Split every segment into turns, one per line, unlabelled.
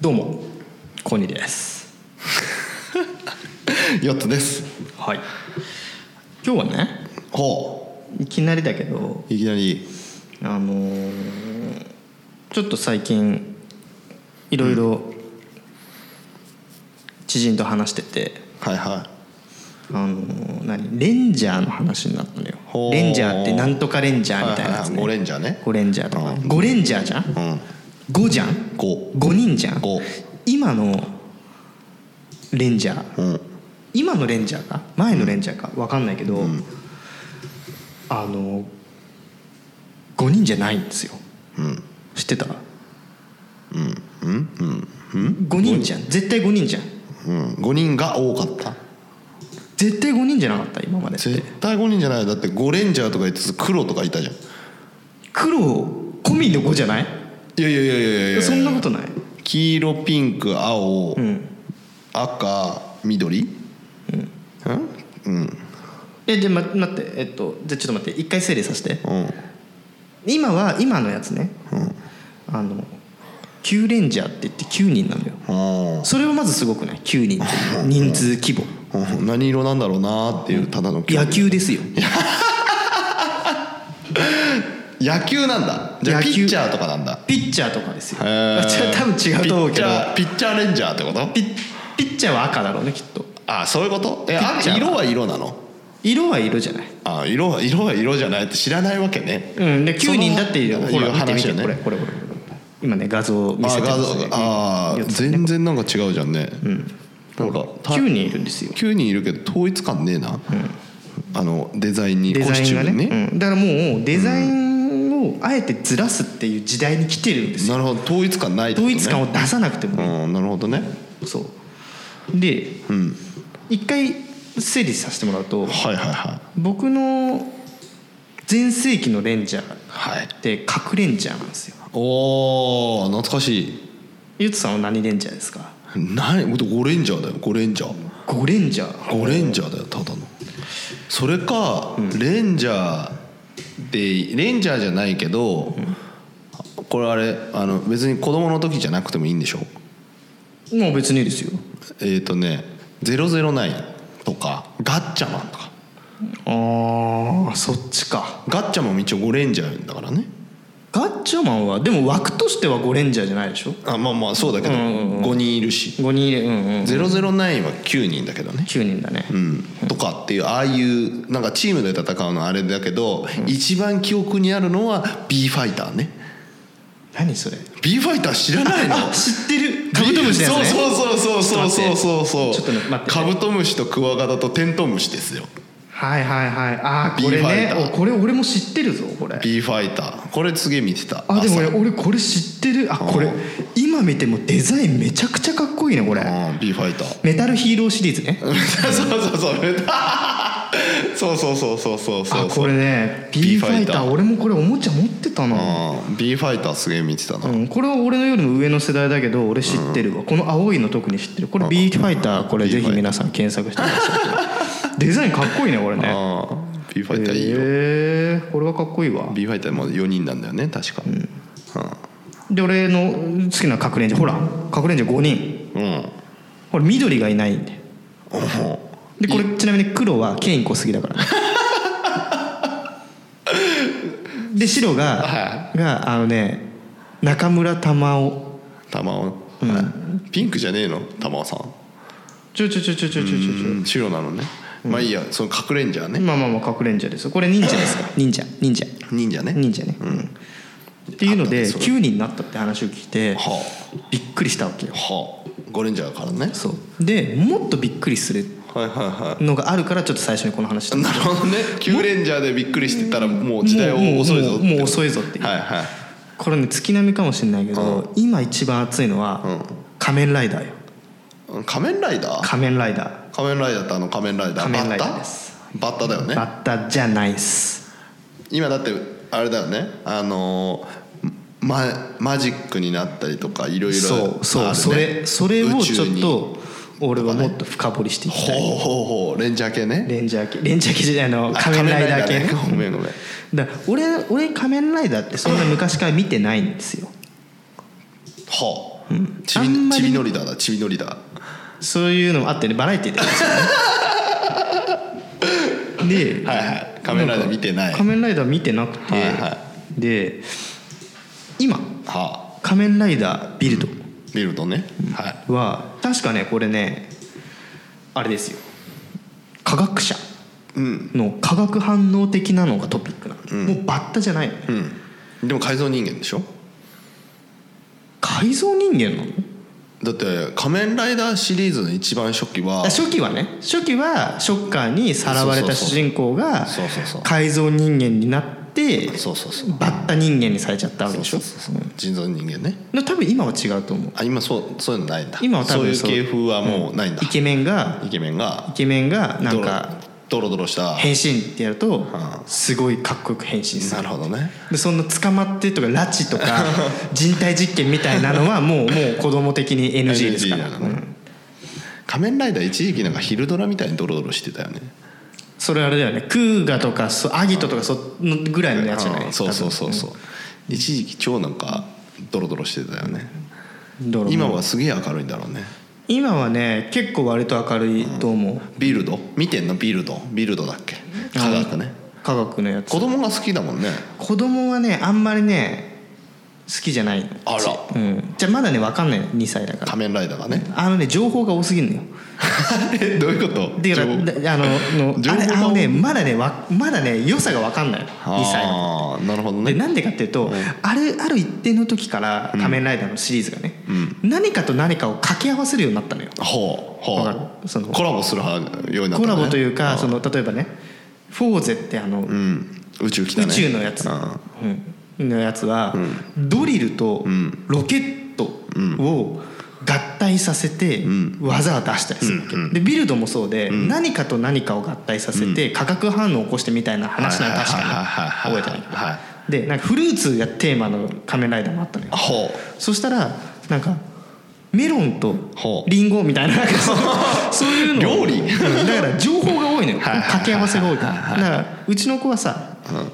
どうもコニーです
ヨットです
はい今日はね
ほ
いきなりだけど
ういきなり
あのーちょっと最近いろいろ知人と話してて、
はいは
あのー何レンジャーの話になったのよ
ほう
レンジャーってなんとかレンジャーみたいなやつ、ね
はいはいはいゴレンジャーね
ゴレンジャーとか、
うん
ゴレンジャーじゃん、
いうん
5じゃん
五
5人じゃん
五
今のレンジャー
うん
今のレンジャーか前のレンジャーか分かんないけど、あの5人じゃないんですよ
うん
知ってた
うんうん
5人じゃん絶対5人じゃん
うん五人が多かった
絶対5人じゃなかった今までって
絶対五人じゃないだってゴレンジャーとか言って黒とかいたじゃん
黒込みの5じゃない
いやいやいやいやいや
そんなことない
黄色ピンク青、
うん
赤緑うんうん
えじゃあ、ま、待ってえっとじゃあちょっと待って一回整理させて
うん
今は今のやつね
うん
あの9レンジャーって言って9人なのよ
あ
それはまずすごくない9人って いう人数規模
ーうん何色なんだろうなーっていうただの
野球ですよ
野球なんだじゃあ
野球
ピッチャーとかなんだ
ピッチャーとかですよ
へー
じゃあ多分違うと思うけど
ピッチャーピッチャーレンジャーってこと
ピッピッチャーは赤だろうねきっと
あそういうことえ
ピッ
あ
チャー
色は色なの
色は色じゃない
あ色は色は色じゃないって知らないわけね
うんで
そ
9
の
人だっていうほら
いう
見て見
話
て
よ
これ
ね
これこれこれ今ね画像を見
あ
せてま
画
す
像
ね
あ
うん
ー全然なんか違うじゃんねなんかた
9人いるんですよ
9人いるけど統一感ねえなあのデザインに
デ
コ
ザ
ス
イ
チ
ン
ュ
が
ームにね
ねうんだからもうデザインをあえてずらすっていう時代に来てるんですよ
なるほど統一感ないってこ
統
とね
一感を出さなくても
うんなるほどね
そうで
うん
一回整理させてもらうと
はいはいはい
僕の全盛期のレンジャーっ
はい
て核レンジャーなんですよ
おー懐かしい
ゆうとさんは何レンジャーですか
何ゴレンジャーだよゴレンジャー
ゴレンジャー
ゴレンジャーだよただのそれか、レンジャーでレンジャーじゃないけど、これあれあの別に子供の時じゃなくてもいいんでしょ
もう別にですよ
えっ、ー、とね「009」とか「ガッチャマン」とか
ああそっちか
ガッチャマンも一応ゴレンジャーだからね
ガッチャマンはでも枠としてはゴレンジャーじゃないでしょ
あまあまあそうだけど、
うんうんうん
5人いるし
5人うんうん
「009」は9人だけどね
9人だね
うん、とかっていうああいうなんかチームで戦うのはあれだけど、一番記憶にあるのは B ファイターね
何それ
B ファイター知らないの
あ知ってるカブトムシだよね
そうそうそうそうそうそうそう
ちょっと待って
カブトムシとクワガタとテントウムシですよ
はいはいはいああこれ
B ファイ
ね
ター
おこれ俺も知ってるぞこれ
B ファイターこれ次見てた
あでも俺
朝
俺これ知ってるあこれ
うん
今見てもデザインめちゃくちゃかっこいいねこれ
うん B ファ イター
メタルヒーローシリーズね
そうそうそうメタそうそうそうそうそうそ
あ
う
これね B
B
ファイ
ファイ
タ
タ
ー
ー
俺もこれおもちゃ持ってたな
うん B ファイターすげえ見てたな、
うん、これは俺のよりも上の世代だけど俺知ってるわ、この青いの特に知ってるこれ B ファイターこれ
B
ぜひ皆さん検索してくださいデザインかっこいいねこれね
あー B フ
へ
ァイターいいよ、
えこれはかっこいいわ
B ファイターも4人なんだよね確かうん、
で俺の好きな核レンジャーほら核レンジャー5人
うん
ほら緑がいないんで
うん
でこれちなみに黒はケイン小杉だから で白が、
は
があのね中村玉緒
玉尾、ピンクじゃねえの玉尾さん
ちょちょちょちょちょちょちょ
うん白なのね、まあいいやその隠れんじゃね、
まあまあまあ隠れんじゃですよこれ忍者ですから忍者忍者
忍者ね
忍者ね、っていうの
あ
で
ったねそれ
9人になったって話を聞いて
は
びっくりしたわけよ
あはあゴレンジャーからね
そうでもっとびっくりする
はいはいは
のがあるからちょっと最初にこの話した
いなるほどね旧レンジャーでびっくりしてたらもう時代を遅いぞ
もう
って
もうもう遅いぞっていう、
はいはい
これね月並みかもしれないけど、今一番熱いのは、
うん
仮面ライダーよ
うん仮面ライダー
仮面ライダー
仮面ライダーってあの仮面ライダー
仮面ライダーです
バッタバッタだよね
バッタじゃないっす
今だってあれだよねあのーま、マジックになったりとかいろいろ
そうそう、
あるね
それそれを
宇
ち
宙
ょっ
に
と俺はもっと深掘りしていきたい
ほうほうほうレンジャー系ね
レンジャー系レンジャー系じゃないあの
あ
仮面ライダー系ね
仮面ライダーねごめんごめん
だから俺俺仮面ライダーってそんな昔から見てないんですよ
は
ん
ち
あん
び
ま
ち
り
びのりだだちびのりだ
そういうのもあってねバラエティーでや るんですよねで、
はいはい仮面ライダー見てない
んか仮面ライダー見てなくて、
はいは
で今
はあ
仮面ライダービルド
ビルドね、はい
は確かねこれねあれですよ科学者
うん
の化学反応的なのがトピックなの、もうバッタじゃないのね
うんでも改造人間でしょ
改造人間なの
だって仮面ライダーシリーズの一番初期は
初期はね初期はショッカーにさらわれた主人公が
そうそうそう
改造人間になって
そうそうそう
バッタ人間にされちゃったわけでしょうん
人造人間ね
でも多分今は違うと思う
あ今そうそういうのないんだ
今は多分
そういう系風はもうないんだ、
イケメンが
イケメンが
イケメンがなんか
ドロドロドロした
変身ってやると
あ
すごいかっこよく変身す
な
る
るほどね
でそんな捕まってとか拉致と か人体実験みたいなのはもうもう子供的に NG ですから、
NG なのね
うん
仮面ライダー一時期なんか昼ドラみたいにドロドロしてたよね
それあれだよねクーガとかそアギトとかそのぐらいのやつじゃな
うん
い
そうそうそう
多
そう、一時期超なんかドロドロしてたよね
分ドラマ
今はすげえ明るいんだろうね
今はね結構割と明るいと思う、
ビルド見てんのビルドビルドだっけ科学ね
科学のやつ
子供が好きだもんね
子供はねあんまりね好きじゃないの
あら
うん、じゃあまだね分かんないの2歳だから
仮面ライダーがね
あのね情報が多すぎるのよ
えどういうこと
だか
情報
らだあのの
情
あ
報が
れ
多い
あのねまだねわまだね良さが分かんないの2歳の
ああなるほど
で
ね
なんでかっていうと、あるある一定の時から「仮面ライダー」のシリーズがね、何かと何かを掛け合わせるようになったのよ
ほうほ
わか
う
るその
コラボするようになった、ね、
コラボといううかその例えばね「フォーゼ」ってあの、
ん宇宙来たね
宇宙のやつ、
うん
うんのやつは、ドリルと
ん
ロケットを合体させて技を出したりするわけ、
うんうん
でビルドもそうで、何かと何かを合体させて化学反応を起こしてみたいな話なの確かに
はいは
覚
いはいはい
えてないけど
はい
でなんかフルーツがテーマの仮面ライダーもあったのよ
ほう
そしたらなんかメロンと
ほう
リンゴみたい ななんかそうそういうの
料理
うんだから情報が多いのよ
はいはいはい
掛け合わせが多いからだからうちの子はさ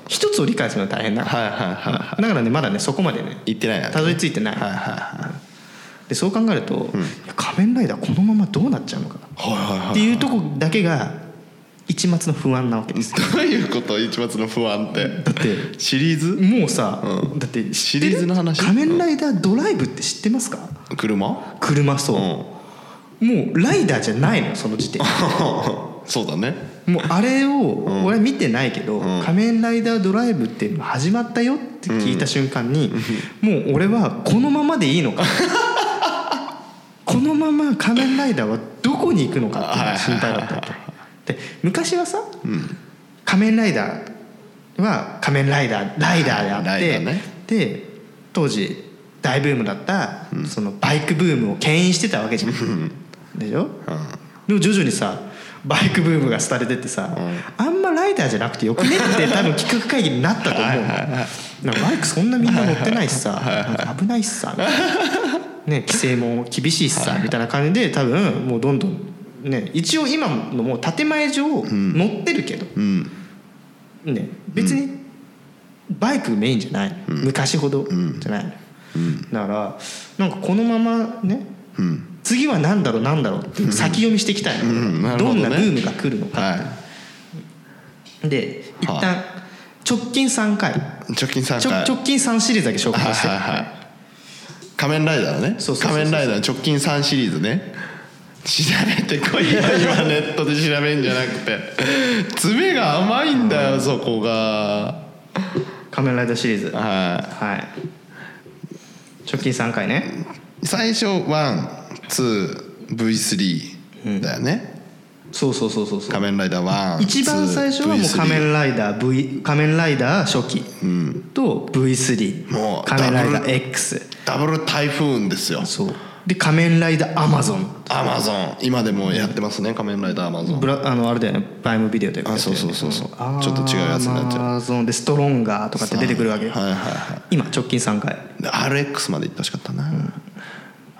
一つを理解するの大変だか
はいはいはい
ら
は
だからねまだねそこまでね
い行ってないな
たどり着いてない
はいはいはい
でそう考えるといや仮面ライダーこのままどうなっちゃうのか
はいはい
っ
はい
ていうとこだけが一末の不安なわけです
どういうこと一末の不安って
だって
シリーズ
もうさ
うん
だって知ってる
シリーズの話
仮面ライダードライブって知ってますか
車
車そううんもうライダーじゃないのその時点で
そうだね
もうあれを俺は見てないけど「
うん
仮面ライダードライブ」っていうのが始まったよって聞いた瞬間にもう俺はこのままでいい のかこのまま仮面ライダーはどこに行くのかっていうのが心配だったわけで昔はさ
うん
仮面ライダーは仮面ライダーライダーであっ
ライダ
て、
ーね
で当時大ブームだったそのバイクブームを牽引してたわけじゃん、でしょ
うん
でも徐々にさバイクブームが廃れてってさ、あんまライダーじゃなくてよくねって多分企画会議になったと思うのなんかバイクそんなみんな乗ってないしさなんか危ないしさみたいなね、規制も厳しいしさみたいな感じで多分もうどんどん、ね、一応今のもう建前上乗ってるけど、
うん
ね、別にバイクメインじゃないの、昔ほどじゃないの、だからなんかこのままね
うん
次は何だろう何だろうって先読みしていきたいの、
うんなる
ど
ほど
ん
ね
なブームが来るのか、
は
で一
は
旦直近3回
い直近3
ちょ
回
直近3シリーズだけ紹
はい
介して、
はいはい仮面ライダーね
そうそうそうそう
仮面ライダー直近3シリーズね調べてこいよ今ネットで調べんじゃなくて爪が甘いんだよそこが
仮面ライダーシリーズはい
は
直近3回ね
い最初 1,2,V3 だよね
そうそうそうそうそう
仮面ライダー1
一番最初はもう仮面ライダー V 仮面ライダー初期と V3
もう
仮面ライダ
ダブ
ー
ル
X
ダブル台風ですよ
そうで仮面ライダーアマゾン
アマゾン今でもやってますね仮面ライダーアマゾン
ブラあのあれだよねバイムビデオというか
あそうそうそうそうちょっと違うやつになっちゃう
アマゾンでストロンガーとかって出てくるわけよ、
はいはいは
今直近3回
いで RX まで行ってほしかったな、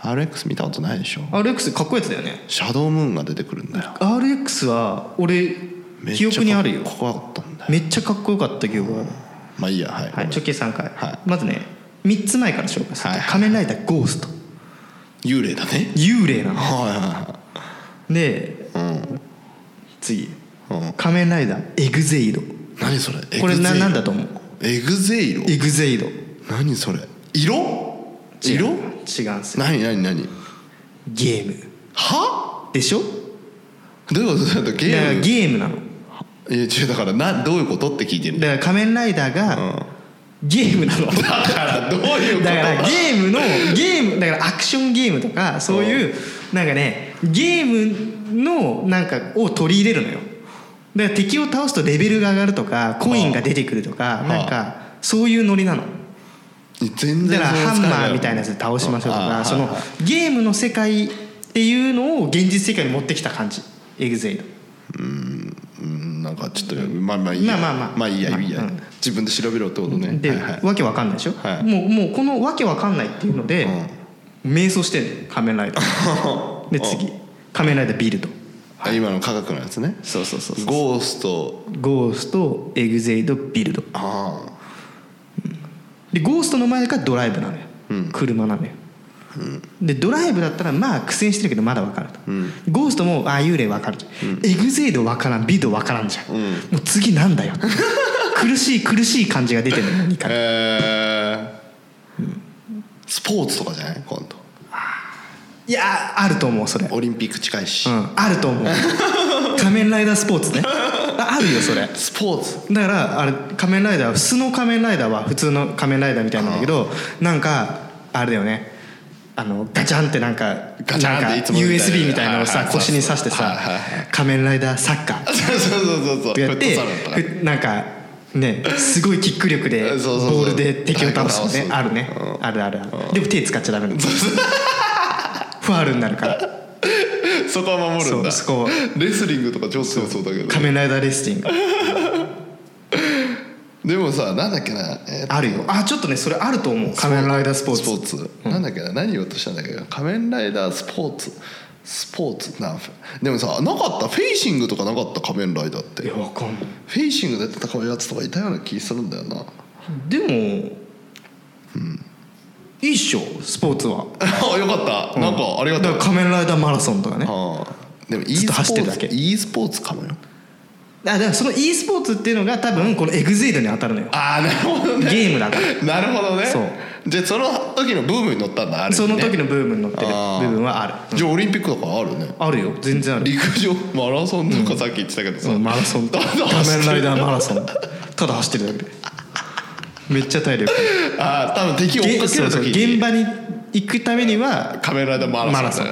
RX 見たことないでしょ
RX かっこいいやつだよね
シャドームーンが出てくるんだよ
RX は俺
めっち
記
ゃ
憶にあるよ
怖かったんだよ
めっちゃかっこよかった記憶がある、
まあいいやはい、
はい、直近3回、
は
まずね3つ前から紹介すると、
はいはい
仮面ライダーゴースト」
幽霊だね
幽霊なの
は
で
いはいはいうん
次
うん
「仮面ライダーエグゼイド」
何それエ
これな
グゼイロ
なんだと思う
エグゼイロ
エグゼイド
何それ色色
違うんすよ
何何何
ゲーム
は
でしょ
どういうことだったゲ
だから
ーム
ゲームなの
いや違うだからなどういうことって聞いてるんだよ
だから仮面ライダーがゲームなの
だからどういうこと
だからゲームのゲームだからアクションゲームとかそういうなんかねゲームのなんかを取り入れるのよだから敵を倒すとレベルが上がるとかコインが出てくるとか
あ
なんかそういうノリなの
全
だ
然
から
想像
ハ
つ
ン
か
マ
ない
ーみたいなやつで倒しましょうと
あ
か
あ
その
はいは
ゲームの世界っていうのを現実世界に持ってきた感じエグゼイド
うんなんかちょっとまあまあいいや
まあまあまあ
まあいいやいいや
うん
自分で調べろってことね
で、
はいはい
わけわかんないでしょ、
はい
もうもうこのわけわかんないっていうので、迷走してんの仮面ライダ ーで次仮面ライダービルド
あ今の科学のやつね
そうそうそうゴ
ゴースト
ーストエグゼイドビルド
あ
でゴーストの前がドライブなのよ、
うん
車なのよ、でドライブだったらまあ苦戦してるけどまだわかると、
うん
ゴーストもああ幽霊わかるじゃん、エグゼイドわからんビルドわからんじゃん、
うん
もう次なん だよ苦しい苦しい感じが出てるのよ2
あ
回
えースポーツとかじゃない今度
いやーあると思うそれ
オリンピック近いし
うん、あると思 う仮面ライダースポーツねああるよそれ
スポーツ
だからあれ仮面ライダーは素の仮面ライダーは普通の仮面ライダーみたいなんだけどなんかあれだよねあのガチャンってなんか
ガチャンって
なん
い
か
つもみたいな
USB みたいなのを
はい
さ
はい
腰に刺して
は
さ
いはいは
「仮面ライダーサッカー」
そうそうそう そう
とかやって
フットサルとか
ふなんかねすごいキック力で
そうそうそう
ボールで敵を倒す
う
ね
ん
あるねあるあるあるでも手使っちゃダメなのファールになる から
そこは守るんだ
そうそこは
レスリングとか超強そうだけど
仮面ライダーレスリング
でもさなんだっけなえー
あるよあちょっとねそれあると思う仮面ライダースポーツ
スポーツ、なんだっけな何言おうとしたんだっけど仮面ライダースポーツスポーツなでもさなかったフェイシングとかなかった仮面ライダーって
いやわかんない
フェイシングで戦うやつとかいたような気するんだよ な
でも、いいっしょスポーツは
あよかった、なんかありが
だか
とう
ら仮面ライダーマラソンとかねあ
あーでも e
ずっ
ス
と
ポ
走ってる
ー
だけ
ツ e スポーツかもよ
だからその e スポーツっていうのが多分このエグゼイドに当たるのよ
ああなるほどね
ゲームだから
なるほどね
そう
じゃあその時のブームに乗ったんだある意
そ
味
の
ね
時のブームに乗ってる
あー
部分はある
じゃあオリンピックとかあるね
あるよ全然ある
陸上マラソンとかさっき言ってたけ どさ、
うんマラソンと
ただ
仮面
走って
ラ
る
イダーマラソンただ走ってるだけでめっちゃ体力
ああ多分敵を追っ
げ
かけ
そう
る
そう
時に
現場に行くためには
カメラでマラソン
マラソン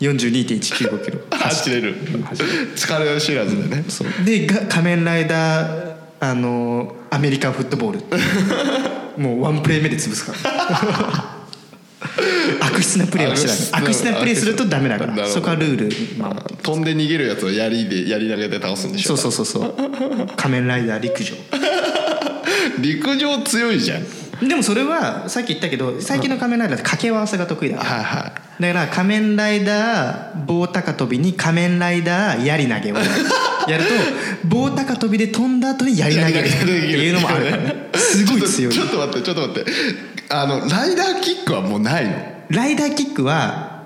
42.195キロ
走れる疲れ知らずでね、
でが仮面ライダーあのーアメリカンフットボールもうワンプレー目で潰すから悪質なプレーはしちゃダメ
悪
悪
質
質
な
なプレーするとダメだか
なるほ
ら
ど
そこはルール、まあ、
飛んで逃げるやつを槍で槍投げで倒すんでし
そ
ょ
うそうそうそう仮面ライダー陸上
陸上強いじゃん
でもそれはさっき言ったけど最近の仮面ライダーって掛け合わせが得意だから
はいは
だから仮面ライダー棒高跳びに仮面ライダー槍投げをやると棒高跳びで飛んだ後に槍投げるっていうのもあるからねすごい強い
ちょっと待ってちょっと待ってあのライダーキックはもうないの
ライダーキックは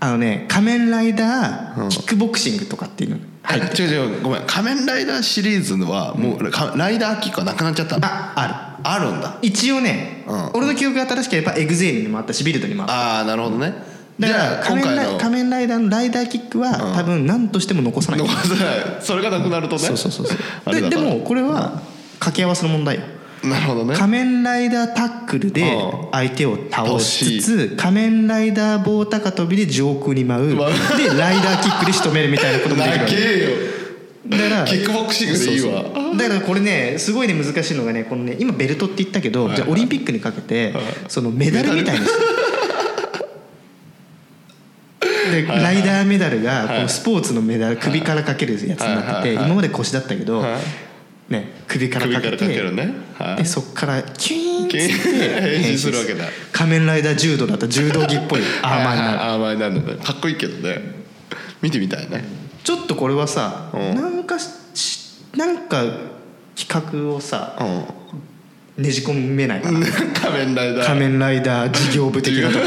あのね仮面ライダーキックボクシングとかっていうの
はい、違う違うごめん仮面ライダーシリーズのはもう、かライダーキックはなくなっちゃったの
ああ
あるんだ
る一応ね、
うん
俺の記憶が正しければエグゼイルにもあったしビルドにもあった
ああなるほどね
だ
じ
から
ゃあ今
仮面ライ
回の
仮面ライダーのライダーキックは、多分何としても残さない
残せない それがなくなるとね
そうそうそうそう
あれ
で
だ
で
から
もこれは掛け合わせの問題よ
なるほどね
仮面ライダータックルで
うん
相手を倒しつつ仮面ライダー棒高跳びで上空に舞う
舞
でライダーキックで仕留めるみたいなこともできるわけ
長えよ
だから
キックボクシングでいいわ
そうそうだからこれねすごいね難しいのがねこのね今ベルトって言ったけど、
はい
じゃあオリンピックにかけて、
はい
そのメダルみたいにするで
はいはい
ライダーメダルが
はい
このスポーツのメダル首からかけるやつになって
はいはい
て
はい
今まで腰だったけど、
はい
ね、首から
首
か
から
け
かける
て。
ねはい
でそっからキューンっつって
キュ ーン変身するわけだ
仮面ライダー柔道だったら 柔道着っぽいアーマーになる
あーまあなんだねかっこいいけどね見てみたいね
ちょっとこれはさ、
うん
なんかしなんか企画をさ
うん
ねじ込めないかな
仮面ライダー
仮面ライダー事業部的なとこ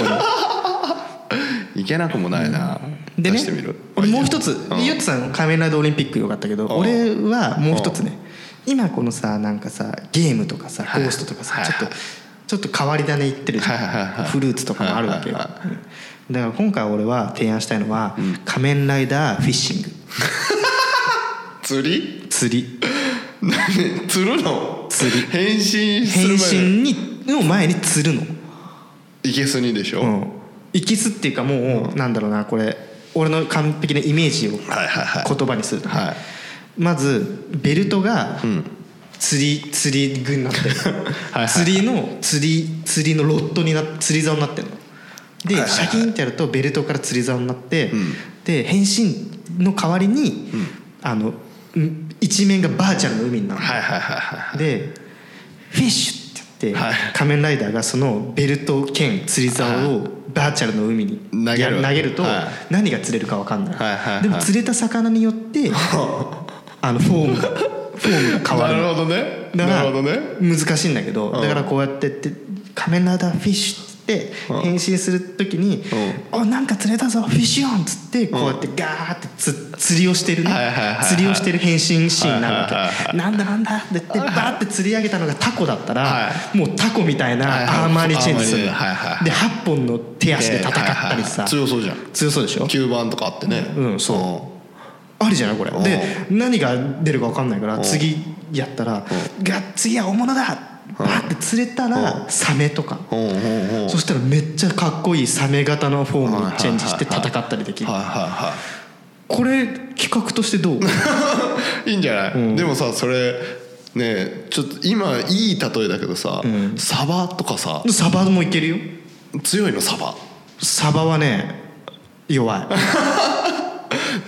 ろ
けなくもないな、
で
出
ね
してみる
もう一つ、
うん
ヨットさん仮面ライダーオリンピックよかったけど、
ん
俺はもう一つね、今このさなんかさゲームとかさ、
はい
ゴーストとかさ、
はい
ちょっとちょっと変わり種いってるじゃん、
はいはいはい
フルーツとかもあるわけよ、
はいはい
うんだから今回俺は提案したいのは、仮面ライダーフィッシング
釣り
釣り
何釣るの
釣り
変身す
変
る前に
身にの前に釣るの
いけすにでしょ、
うんいきすっていうかもう、なんだろうなこれ俺の完璧なイメージを言
はいはいはい
葉にするとね、
はい
まずベルトが
ん
釣り釣り具になってる
はい
釣りの釣り釣りのロットにな釣り竿になってるので、
はいはいは
シ
い
ャキーンってやるとベルトから釣り竿になって、
ん
で変身の代わりに、あのん一面がバーチャルの海になるの、
はいはいはいはい
でフィッシュって言って、
はい
仮面ライダーがそのベルト兼釣り竿をバーチャルの海に
投げる
や投げると
は
何が釣れるか分かんない,、
はいはいはい
でも釣れた魚によ ってあのフォームがフォームが変わる
なるほどね
だ
な
か
る
ら
ほどね
難しいんだけど
ん
だからこうやってやって「仮面ライダーフィッシュ」って
うん
変身する時に「おなんか釣れたぞフィッシュオン」っつってこうやってガーってつ釣りをしてるね
はいはいはいはい
釣りをしてる変身シーンなわ
はいはい
けなんだなんだって言ってバーって釣り上げたのがタコだった
は
らもうタコみたい
はいはい
なアーマーにチェンジするの
アーマーにはいはいはい
で8本の手足で戦ったりさ
で強そうじゃん
強そうでしょ
吸盤とかあってね
うんそありじゃないこれ
うん
で何が出るか分かんないか
う
ら
ん
次やったら「が次は大物だ!」バーって釣れたらサメとか
うんうんうんうん
そしたらめっちゃかっこいいサメ型のフォームにチェンジして
はいはいはい
戦
はい
ったりできる
はいは
これ企画としてどう
いはいいいんじゃない、
ん
でもさそれねえちょっと今いい例えだけどさ、
ん
サバとかさ
サバもいけるよ
強いのサバ
サバはね弱い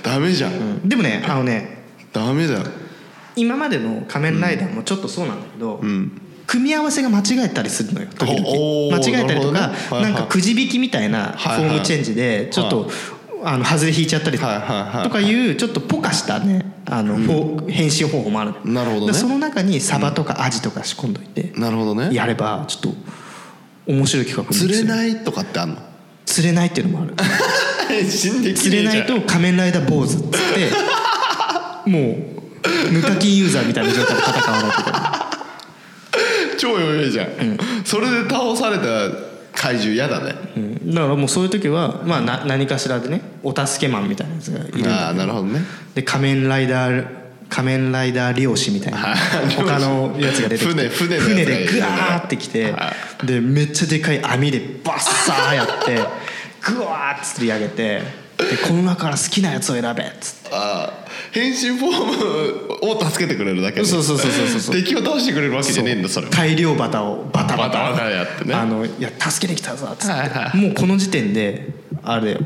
ダメじゃん、
でもねあのね
ダメだよ
今までの「仮面ライダー」もちょっとそうなんだけど、
うん
組み合わせが間違えたりするのよ時々
おー
間違えたりとか
なるほどねはいは
ないんかくじ引きみたいなフ
はいはい
ォームチェンジでちょっとあの外れ引いちゃったりと
はいはいはい
かいうちょっとポカしたねあのフォー編集方法もある
なるほどね
でその中にサバとかアジとか仕込んどいて
なるほどね
やればちょっと面白い企画に
釣れ
い
ないとかってあんの
釣れないっていう のもある
死んでき
釣れないと仮面ライダー坊主っつって もう無課金ユーザーみたいな状態で戦わないといけない
超弱いじゃん、それで倒された怪獣嫌だね、
うんだからもうそういう時は、まあ、な何かしらでねお助けマンみたいなやつがいるん
あ
だ
あなるほどね
で仮面ライダー仮面ライダー漁師みたいな
はい
他のやつが出てきて
船 船のやつがいる
船でグワーってきて
は
でめっちゃでかい網でバッサーやってグワーって釣り上げてでこの中から好きなやつを選べっつって
ああ変身フォームを助けてくれるだけで
そうそうそうそうそうそう
敵を倒してくれるわけじゃねえんだそれは
大量バタをバタバタ
バタバタやってね
あのいや助けてきたぞっつって、
はいはい
もうこの時点であれも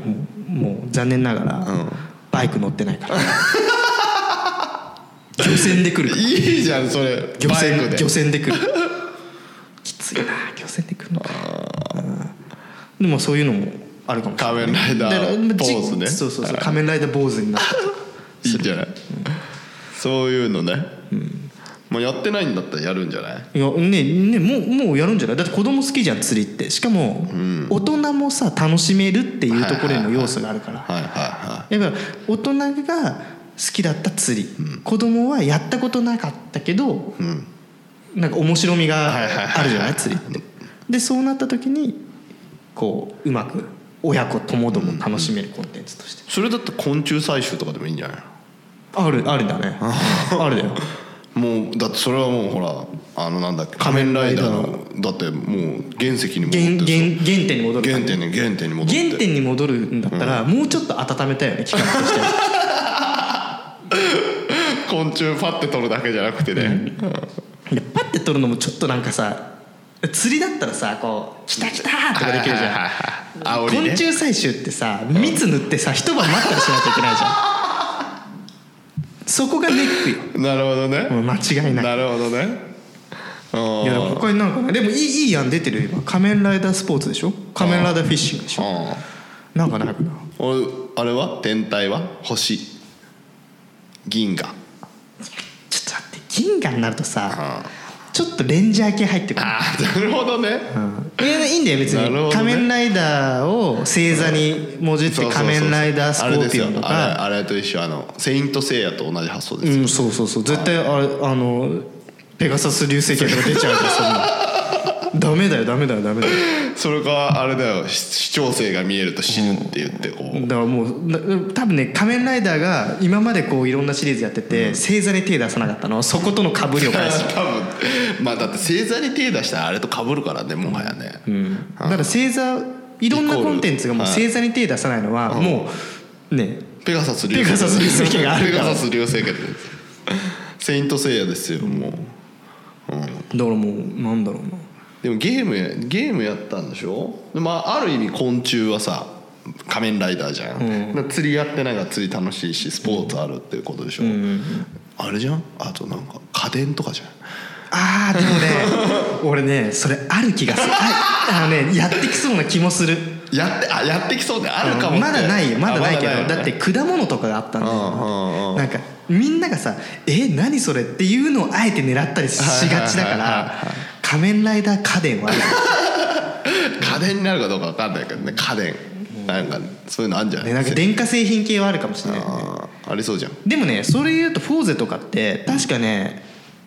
うもう残念ながら、
ん
バイク乗ってないから漁船で来るから
いいじゃんそれ
漁
バイ
船
クで
漁船で来るきついな漁船で来るのかうんでもそういうのもあるかもしれない
仮面ライダー
だからまあじ
ポーズね
そうそうそう仮面ライダー坊主になって
いいんじゃない、そういうのね、もうやってないんだったらやるんじゃない
いやねねもうもうやるんじゃないだって子供好きじゃん釣りってしかも、大人もさ楽しめるっていうところへの要素があるから、
はいはいは
やっぱ大人が好きだった釣り、子供はやったことなかったけど、
いうん
なんか面白みが
はいはいはいはい
あるじゃない釣りってでそうなった時にこううまく親子ともども楽しめるコンテンツとして、
それだって昆虫採集とかでもいいんじゃない
あるあるんだねあるだよ
もうだってそれはもうほらあのなんだっけ仮面ライダーのだってもう原石に戻
原
って
原
る
原点に戻る
原点に原点に戻って
原点に戻るんだったら、もうちょっと温めたいよね企画として は
昆虫パッて取るだけじゃなくてね、
でパッて撮るのもちょっとなんかさ釣りだったらさこう「来た来た!」とかできるじゃん
んあおり
昆
ね
虫採集ってさ蜜塗ってさ一晩待ったりしなきゃいけないじゃんそこがネックよ
なるほどね、
もう間違いない
なるほどね
いやでも
あ
他になんかねでもいいいい案出てるよ今仮面ライダースポーツでしょ仮面ライダーフィッシングでしょ
あ
なんかないかな
俺あれは天体は星銀河
ちょっと待って銀河になるとさちょっとレンジャー系入ってくる
あなるほどね
いやいいいんだよ別
なるほど
に「
ね
仮面ライダー」を星座にもじって「仮面ライダースコーピオン」と
あれ
か
あれと一緒あの「セイント・セイヤ」と同じ発想です
う
よ、
んそうそうそう絶対あれあのペガサス流星拳とか出ちゃうからそんな ダメだよダメだよダメだよ
それかあれだよ視聴性が見えると死ぬって言ってこう、
だからもうな多分ね「仮面ライダー」が今までこういろんなシリーズやってて、星座に手出さなかったのはそことのかぶりを返す
多分まあだって星座に手出したらあれと被るからねもはやね、
だから星座いろんなコンテンツがもう
イコール
星座に手出さないのはもうね
ペガサス流
ペガサス流星拳があるから
ペガサス流星拳ですセイント・セイヤですよもう、
だからもうなんだろうな
でもゲームやゲームやったんでしょでまあある意味昆虫はさ仮面ライダーじゃん、だから釣りやってないから釣り楽しいしスポーツあるっていうことでしょ、あれじゃんあとなんか家電とかじゃん
あーでもね 俺ねそれある気がするああのねやってきそうな気もする
やってあやってきそうであるかもって
まだないよまだないけど
あま
だって果物とかがあったんだよ
うんうんうん
なんかみんながさ「え何それ?」っていうのをあえて狙ったりしがちだか
はいはい
ら「仮面ライダー家電はある」
家電になるかどうか分かんないけどね家電なんかそういうのあるんじゃない
ねなんか電化製品系はあるかもしれないよね
あーありそうじゃん
でもねそれ言うとフォーゼとかって確かね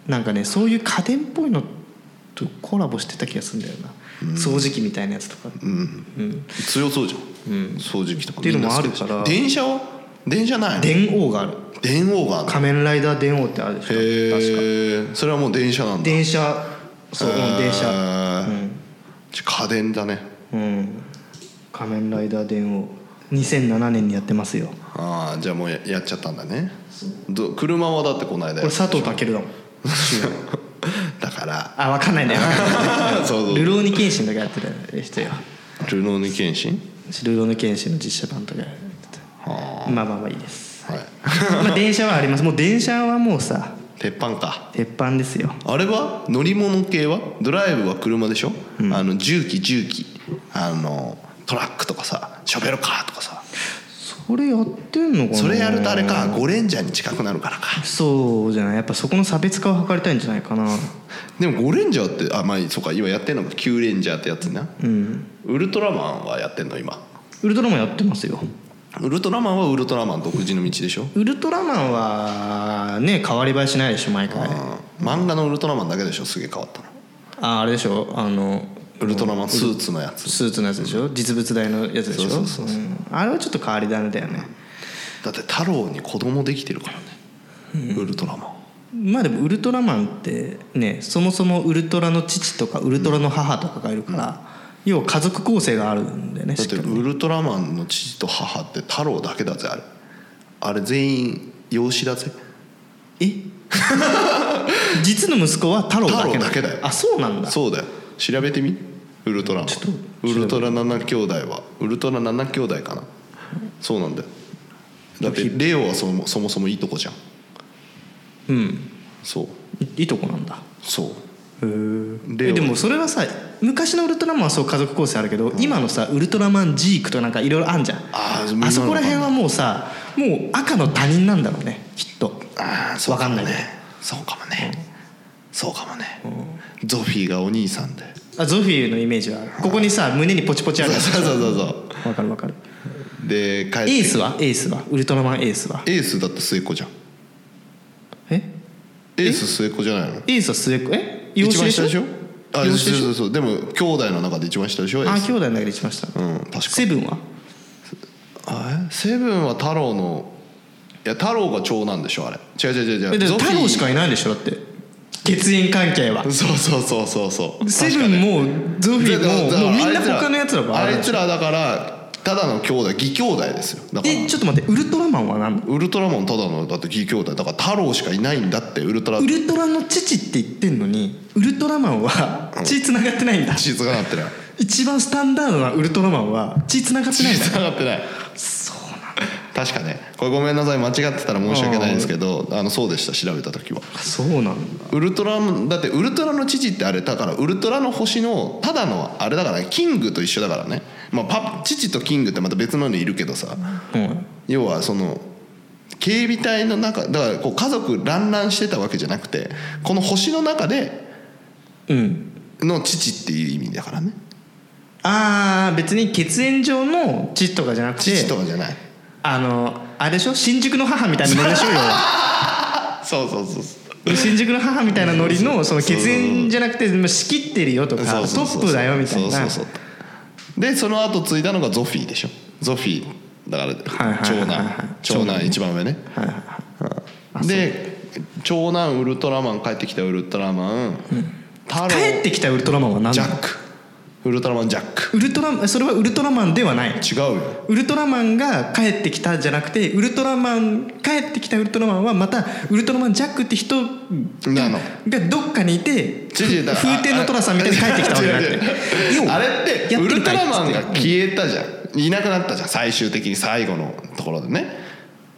なんかねそういう家電っぽいのとコラボしてた気がするんだよな、掃除機みたいなやつとか、
強そうじゃん、掃除機とか
っていうのも
みんな好きだし
あるから
電車は電車ないの
電王がある
電王があるの
仮面ライダー電王ってあるでしょ確か
へえそれはもう電車なんだ
電車そううん電車
車家電だね
うん仮面ライダー電王2007年にやってますよ
ああじゃあもうややっちゃったんだねど車はだってこの間
これ佐藤健だもん
だから
あ分かん ないね分かんない
そうそう
ルローニケンシンとかやってた人よ
ルノーニケンシン
ルローニケンシンの実写版とかやって
は
たまあまあまあいいです
あはい
まあ電車はありますもう電車はもうさ
鉄板か
鉄板ですよ
あれは乗り物系はドライブは車でしょ、あの重機重機あのトラックとかさショベルカーとかさ
それやってんのかな
それやるとあれかゴレンジャーに近くなるからか
そうじゃないやっぱそこの差別化を図りたいんじゃないかな
でもゴレンジャーってあまあそうか今やってんのがキューレンジャーってやつな、
うん
ウルトラマンはやってんの今
ウルトラマンやってますよ
ウルトラマンはウルトラマン独自の道でしょ、
ウルトラマンはね変わり映えしないでしょ毎回あ
うん漫画のウルトラマンだけでしょすげえ変わったの
あれでしょあの
ウルトラマンスーツのやつ
スーツのやつでしょ実物大のやつでしょ
そうそうそうそ
うんあれはちょっと変わり種だよね
だって太郎に子供できてるからね、ウルトラマン
まあでもウルトラマンってねそもそもウルトラの父とかウルトラの母とかがいるから、要は家族構成があるんだよね
だっ
し
て
っかり
ウルトラマンの父と母って太郎だけだぜあれあれ全員養子だぜ
え 実の息子は太郎だけなの
太郎だけだよ
あそうなんだ
そうだよ調べてみウルトラマン
ょっと調べ
ウルトラ7兄弟はウルトラ7兄弟かなそうなんだよだってレオはそもそもそもいいとこじゃん
うん
そう
いいいとこなんだ
そうレ
へ
オ
でもそれはさ昔のウルトラマンはそう家族構成あるけど、今のさウルトラマンジークとなんかいろいろあんじゃん
あー
あそこら辺はもうさもう赤の他人なんだろうねきっと
ああそう
わかんない
ね
けど
そうかもね、そうかもね、ゾフィーがお兄さんで
あゾフィーのイメージはあるここにさ胸にポチポチあ
そう
るやつ
そうそうそう
わかるわかる
そうで帰っ
エ
て
ースはエースはウルトラマンエースは
エースだって末っ子じゃん
え
エース末っ子じゃないの
エースは末っ子え養
一
子
番
で
下でし
し
ょ
ょ
あ
養子
そう
でしょ
そうそうでも兄弟の中で一番下でしょエー
あ
ス
兄弟の中で一番下
うん確か
セブンは
あえセブンは太郎のいや太郎が長男でしょあれ違う違う違う違
え
う
でも
ゾフィー
太郎しかいないでしょだって血縁関係は
そうそうそうそうそう
セブンもゾフィーも
だから
もうみんな
あいつら
他のやつらば
あいつらだからただの兄弟義兄弟ですよだから
えちょっと待ってウルトラマンは何
ウルトラマンただのだって義兄弟だから太郎しかいないんだってウルトラ
ウルトラの父って言ってんのにウルトラマンは血繋がってないんだ
血つながってない
一番スタンダードなウルトラマンは血繋がってないん
血
だ
つながってない
そうなんだ
確かねこれごめんなさい間違ってたら申し訳ないですけどあのそうでした調べた時は
そうなんだ
ウルトラのだってウルトラの父ってあれだからウルトラの星のただのあれだからキングと一緒だからね、まあ、パ父とキングってまた別のにいるけどさ
うん
要はその警備隊の中だからこう家族乱々してたわけじゃなくてこの星の中で
うん
の父っていう意味だからね
ああ別に血縁上の父とかじゃなくて
父とかじゃない
あのあれでしょ新宿の母みたいなノリでしょ よ
そうそうそうそう
新宿の母みたいなノリのその血縁じゃなくてでも仕切ってるよとか
そう
ト
そうそう
ップだよみたい
そ
な
うそうそうでその後継いだのがゾフィーでしょゾフィーだから
はいはいはい
長
はい
男長男一番上ね
はいはい
で長男ウルトラマン帰ってきたウルトラマン太郎
帰ってきたウルトラマンは何
ジ
だ
ャックウルトラマンジャック
ウルトラそれはウルトラマンではない
違うよ
ウルトラマンが帰ってきたじゃなくてウルトラマン帰ってきたウルトラマンはまたウルトラマンジャックって人が
なの
どっかにいて
違う違うだから
風天の寅さんみたいに帰ってきたわけじゃなくて
違う違
要
う
は
あれって
や
ウ
み
ルト
たい
ラマンが消えたじゃんいなくなったじゃん最終的に最後のところでね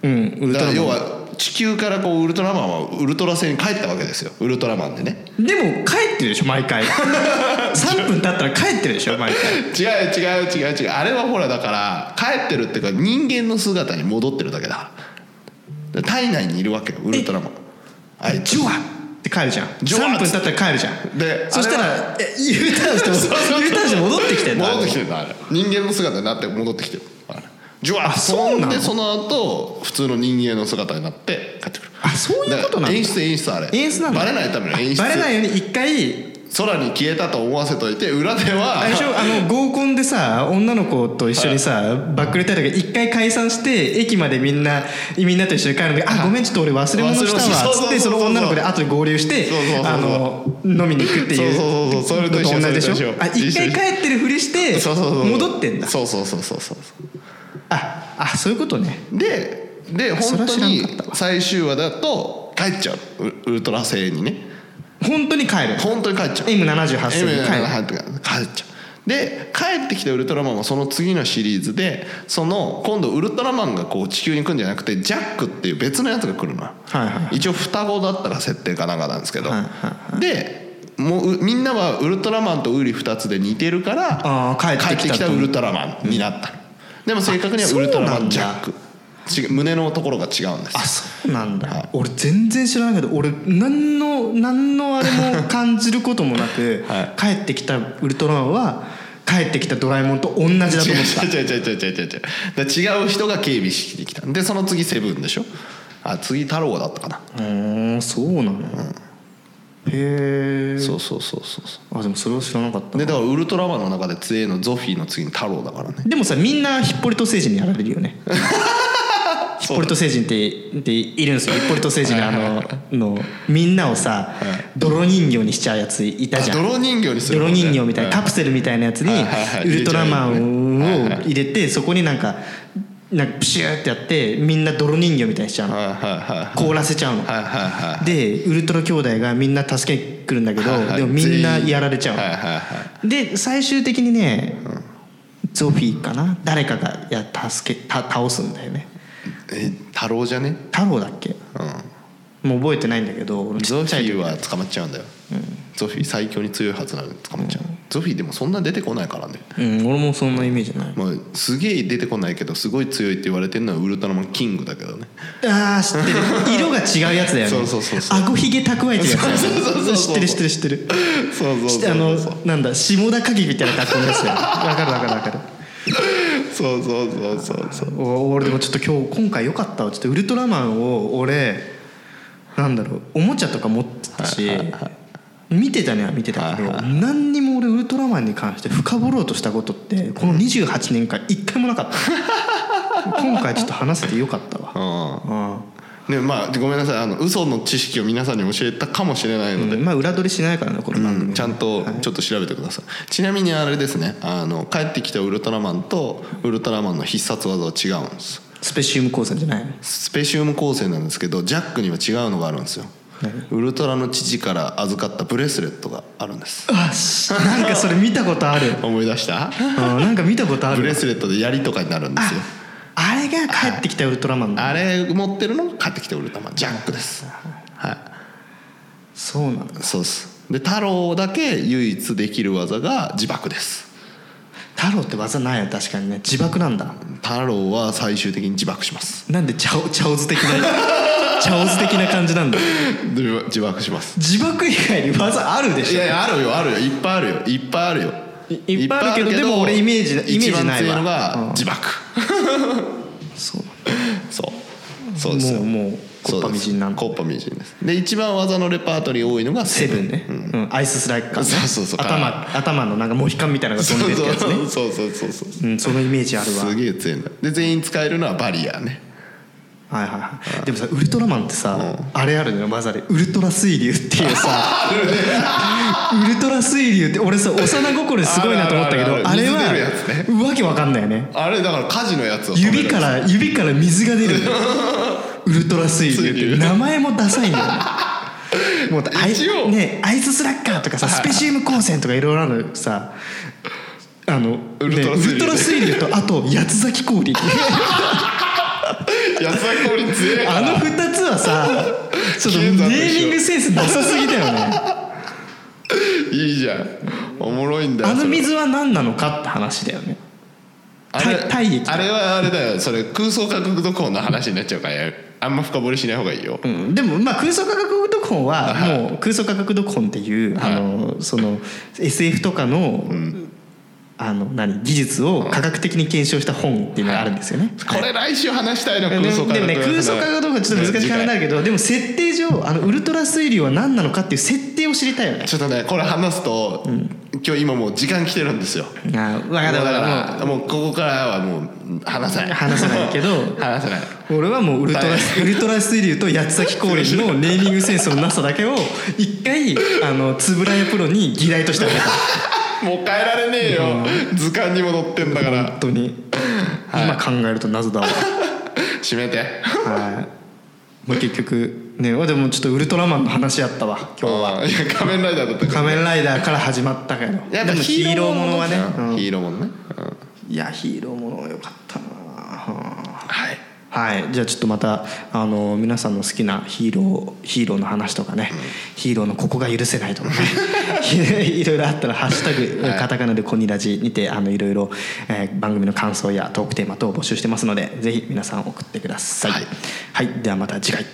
うんウル
だ
ト
から
ラ
要
マ
は地球からこうウルトラマンはウルトラ星に帰ったわけですよウルトラマンでね
ンでも帰ってるでしょ毎 回3分経ったら帰ってるでしょ毎回
違う違う違う違うあれはほらだから帰ってるっていうか人間の姿に戻ってるだけだから体内にいるわけよウルトラマンあいつ
ジョアって帰るじゃん
ジョア
3分経ったら帰るじゃん
で
そした
あれ
らえ U ターン しても U ターンして戻ってきてんだ
戻ってきてるのあれ人間の姿になって戻ってきてるあれジュワッ
そうなの
でその後普通の人間の姿になって帰ってくる
あそういうことなんだ
演出演出あれ
演出なんだ
バレないための演出
バレないように一回
空に消えたと思わせといて裏では
最初あの合コンでさ女の子と一緒にさ、バックレたりとか一回解散して駅までみんなみんなと一緒に帰るのに「あごめんちょっと俺忘れ物したわ」っつってそ
忘れ
の
物
女の子で後で合流して
そうそうそうそう
あの飲みに行くっていう
そうそうそうそうそれと一緒
の同じでしょ
それと一緒
あ一回
一緒
帰ってるふりして
そうそうそう
戻ってんだ
そうそうそうそうそう
ああそういうことね
でで
それは
本当
知らん
に
かったわ
最終話だと帰っちゃうウウルトラ星にね
本当に帰る
本当に帰っちゃう
M78 世
M
に帰る
入って帰っちゃうで帰ってきたウルトラマンはその次のシリーズでその今度ウルトラマンがこう地球に来るんじゃなくてジャックっていう別のやつが来るの、
いはいは
一応双子だったら設定かなんかなんですけど、
はいはい
でもううみんなはウルトラマンとウリ二つで似てるから
あー帰ってきたと
帰ウルトラマンになったの、でも正確にはウルトラマンジャック違う胸のところが違うんです
あそうなんだ、俺全然知らないけど俺何の何のあれも感じることもな く、
は
帰ってきたウルトラマンは帰ってきたドラえもんと同じだと思ってた
違う違う違う違う違う違うだから違う人が警備してきたでその次セブンでしょあ次太郎だったかな、
うーんそうなの、へえ
そうそうそうそうそ
あでもそれは知らなかった
うで
な
だからウルトラマンの中で杖のゾフィーの次に太郎だからね
でもさみんなヒッポリト星人にやられるよ ねヒッポリト星人ってっているんですよヒッポリト星人のあののみんなをさ、泥人形にしちゃうやついたじゃん
泥人形にする
泥人形みたいなカ
な
プセルみたいなやつに
はいはいはい
ウルトラマン
入れちゃう
を
よねはい
入れてそこになんかなんかプシューってやってみんな泥人形みたいにしちゃうの
はいはいはい
凍らせちゃうの
はいはいはい
でウルトラ兄弟がみんな助けに来るんだけど
はいはい
でもみんなやられちゃう
はい
の
はいはい
で最終的にねゾフィーかな誰かがいや助けた倒すんだよね
え太郎じゃね
太郎だっけもう覚えてないんだけど俺ち
ゾ
っ
フ
ちゃい
ィ
時
ーは捕まっちゃうんだよ、ゾフィー最強に強いはずなのに捕まっちゃう、ゾフィーでもそんな出てこないからね
うん俺もそんなイメージない
まあ、すげえ出てこないけどすごい強いって言われてるのはウルトラマンキングだけどね
ああ知ってる色が違うやつだよね
そうそうそうそう
あごひげ蓄えてるやつだよね
そうそうそうそう
知ってる知ってる知ってる
そうそう
知っ
そう
て
そう
あのなんだ下田影みたいな格好のやつだよねわかるわかるわかる
そうそうそうそうそう
お俺でもちょっと今日今回良かったわちょっとウルトラマンを俺なんだろうおもちゃとか持ってたし見てたねは見てたけど何にも俺ウルトラマンに関して深掘ろうとしたことってこの28年間一回もなかった 今回ちょっと話せてよかったわ
う
うん
んねまあごめんなさいあの嘘の知識を皆さんに教えたかもしれないので、
まあ裏取りしないからねこの番組、
ちゃんとちょっと調べてください、ちなみにあれですねあの帰ってきたウルトラマンとウルトラマンの必殺技は違うんです
スペシウム光線じゃないの
スペシウム構成なんですけどジャックには違うのがあるんですよウルトラの父から預かったブレスレットがあるんです
あしなんかそれ見たことある、
思い出した
うん、なんか見たことあ
ブレ
る
スレットで槍とかになるんですよ
あれが帰ってきたウルトラマンだ
あれ持ってるのが帰ってきてウルトラマンジャックですはい
そうなんだ
そうですで太郎だけ唯一できる技が自爆です
太郎って技ないよ確かにね自爆なんだ
太郎は最終的に自爆します
なんでチャオチャオ ズ的なチャオズ的な感じなんだ
自爆します
自爆以外に技あるで
い
しょ
やいやあるよあるよいっぱいあるよいっぱいあるよ
いっぱいあるけどでも俺イメージイメージないわ
一番強いのが
うん
自爆、
そう
そうそうですよ
もうもうコッパみじんなんだ
そうですコッパみじんですで一番技のレパートリー多いのが
セブンね、うん、アイススライカー、ね、
そうそうそう
頭頭のなんかモヒカンみたいなのが飛んでるやつね
そうそうそうそうそう
うん、そのイメージあるわ
すげえ強いんだで全員使えるのはバリアーね
はいはいはいでもさウルトラマンってさ、あれあるのよ技でウルトラ水流っていうさウルトラ水流って俺さ幼心すごいなと思ったけどあ
あるあるあ
れ
る水
は
出るやつね
わけわかんないよね
あれだから火事のやつを止める
指から指から水が出るのよウルトラ水流っていう名前もダサいんだよねもうアイ
一応
ねアイススラッガーとかさスペシウム光線とかいろいろあるのさあの
ウルトラ
ねウ
水流
ルトラ水流とあと八つ咲き氷
やつは氷強え
あの2つは さちょっとネーミングセンスなさすぎだよ ね
いいじゃんおもろいんだよ
あの
それ
水は何なのかって話だよね
あれ
体体液
あれはあれだよそれ空想科学読本の話になっちゃうからやあんま深掘りしない方がいいよ、
うん、でもまあ空想科学読本はもう空想科学読本っていうあのその SF とかのあの何技術を科学的に検証した本っていうのがあるんですよね。
これ来週話したいな
で
空想科学
でもね空想科学読本ちょっと難しい話になる
い
けどでも設定上あのウルトラ水流は何なのかっていう設定を知りたいよね。
ちょっとねこれ話すと、今日今もう時間来てるんですよ
あ分か
だ
った分
か
から
もうここからはもう話さない
た話さないけど
話さない
俺はもうウルトラ
はい
ウルトラ水流と八つ咲き氷のネーミングセンスのなさだけを一回あのつぶらやプロに議題としてあげた。
もう変えられねえよ、図鑑にも載ってんだから
本当に、今考えると謎だわ
閉めて
はいもう結局ねでもちょっとウルトラマンの話やったわ今日は
うんいや仮面ライダーだったから
仮面ライダーから始まったけど
やっぱ
でもヒーローものはね、
うん
うん
ヒーローものね、うん
いやヒーローものよかったなは
はい
あはいじゃあちょっとまたあの皆さんの好きなヒーローヒーローの話とかね、ヒーローのここが許せないとかね いろいろあったら「ハッシュタグ、
はい
カタカナでコニラジ」にてあのいろいろ、えー番組の感想やトークテーマ等を募集してますのでぜひ皆さん送ってください、
はい
はい、ではまた次回。